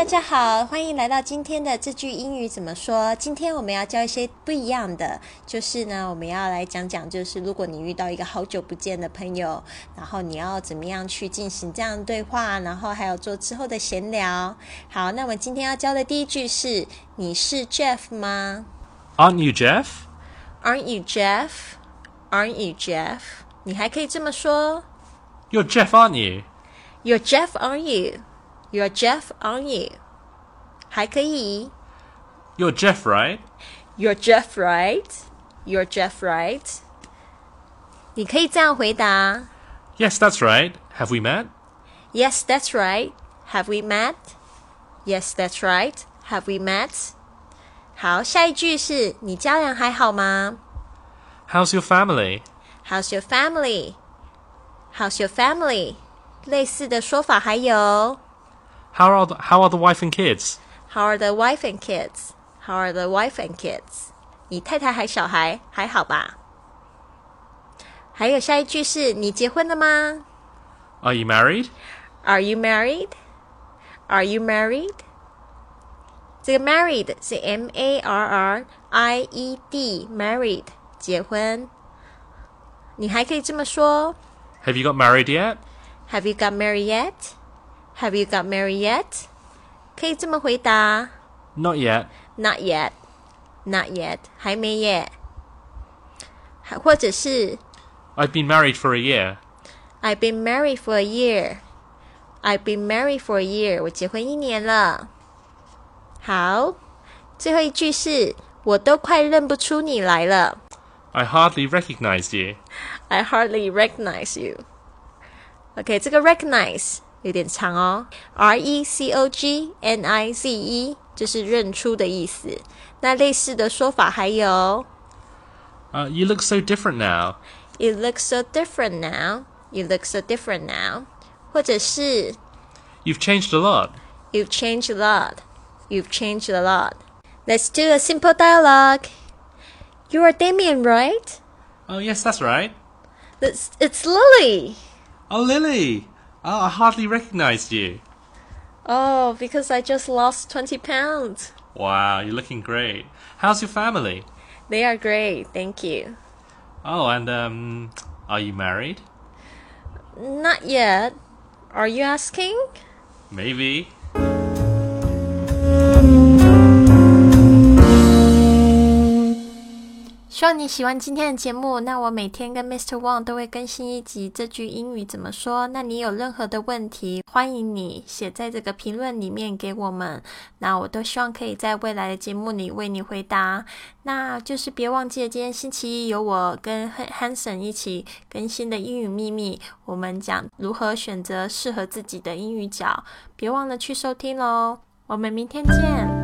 大家好，欢迎来到今天的这句英语怎么说？今天我们要教一些不一样的，就是呢，我们要来讲讲，就是如果你遇到一个好久不见的朋友，然后你要怎么样去进行这样的对话，然后还有做之后的闲聊。好，那我们今天要教的第一句是：你是 Jeff 吗 Aren't you Jeff? ？Aren't you Jeff? Aren't you Jeff? 你还可以这么说 You're Jeff, aren't you? ：You're Jeff, aren't you? You're Jeff, aren't you? 还可以。 You're Jeff, right? You're Jeff, right? You're Jeff, right? 你可以这样回答 Yes, that's right. Have we met? ：Yes, that's right. Have we met? Yes, that's right. Have we met? 好，下一句是你家人还好吗 How's your family? ？How's your family? How's your family? 类似的说法还有 How are the, how are the wife and kids? How are the wife and kids? How are the wife and kids? 你太太还小孩还好吧？还有下一句是你结婚了吗？ Are you married? Are you married? Are you married? 这个 married 是 M A R R I E D married 结婚。你还可以这么说 Have you got married yet? ：Have you got married yet? Have you got married yet? 可以这么回答 Not yet. ：Not yet, not yet，还没耶。还或者是 I've been married for a year. I've been married for a year. I've been married for a year. 我结婚一年了。好，最后一句是我都快认不出你来了。 I hardly recognized you. I hardly recognize you. OK，这个 recognize 有点长哦，R E C O G N I Z E 就是认出的意思。那类似的说法还有 Uh, you look so different now. You look so different now. You look so different now. 或者是 You've changed a lot. You've changed a lot. You've changed a lot. Let's do a simple dialogue. You are Damien, right? Oh, yes, that's right. It's, it's Lily. Oh, Lily. Oh, I hardly recognized you. Oh, because I just lost 20 pounds. Wow, you're looking great. How's your family? They are great. Thank you. Oh, and um, are you married? Not yet. Are you asking? Maybe. 希望你喜欢今天的节目。那我每天跟 Mr. Wang 都会更新一集这句英语怎么说。那你有任何的问题，欢迎你写在这个评论里面给我们。那我都希望可以在未来的节目里为你回答。那就是别忘记了今天星期一有我跟 Han- Hanson 一起更新的英语秘密，我们讲如何选择适合自己的英语角。别忘了去收听喽。我们明天见。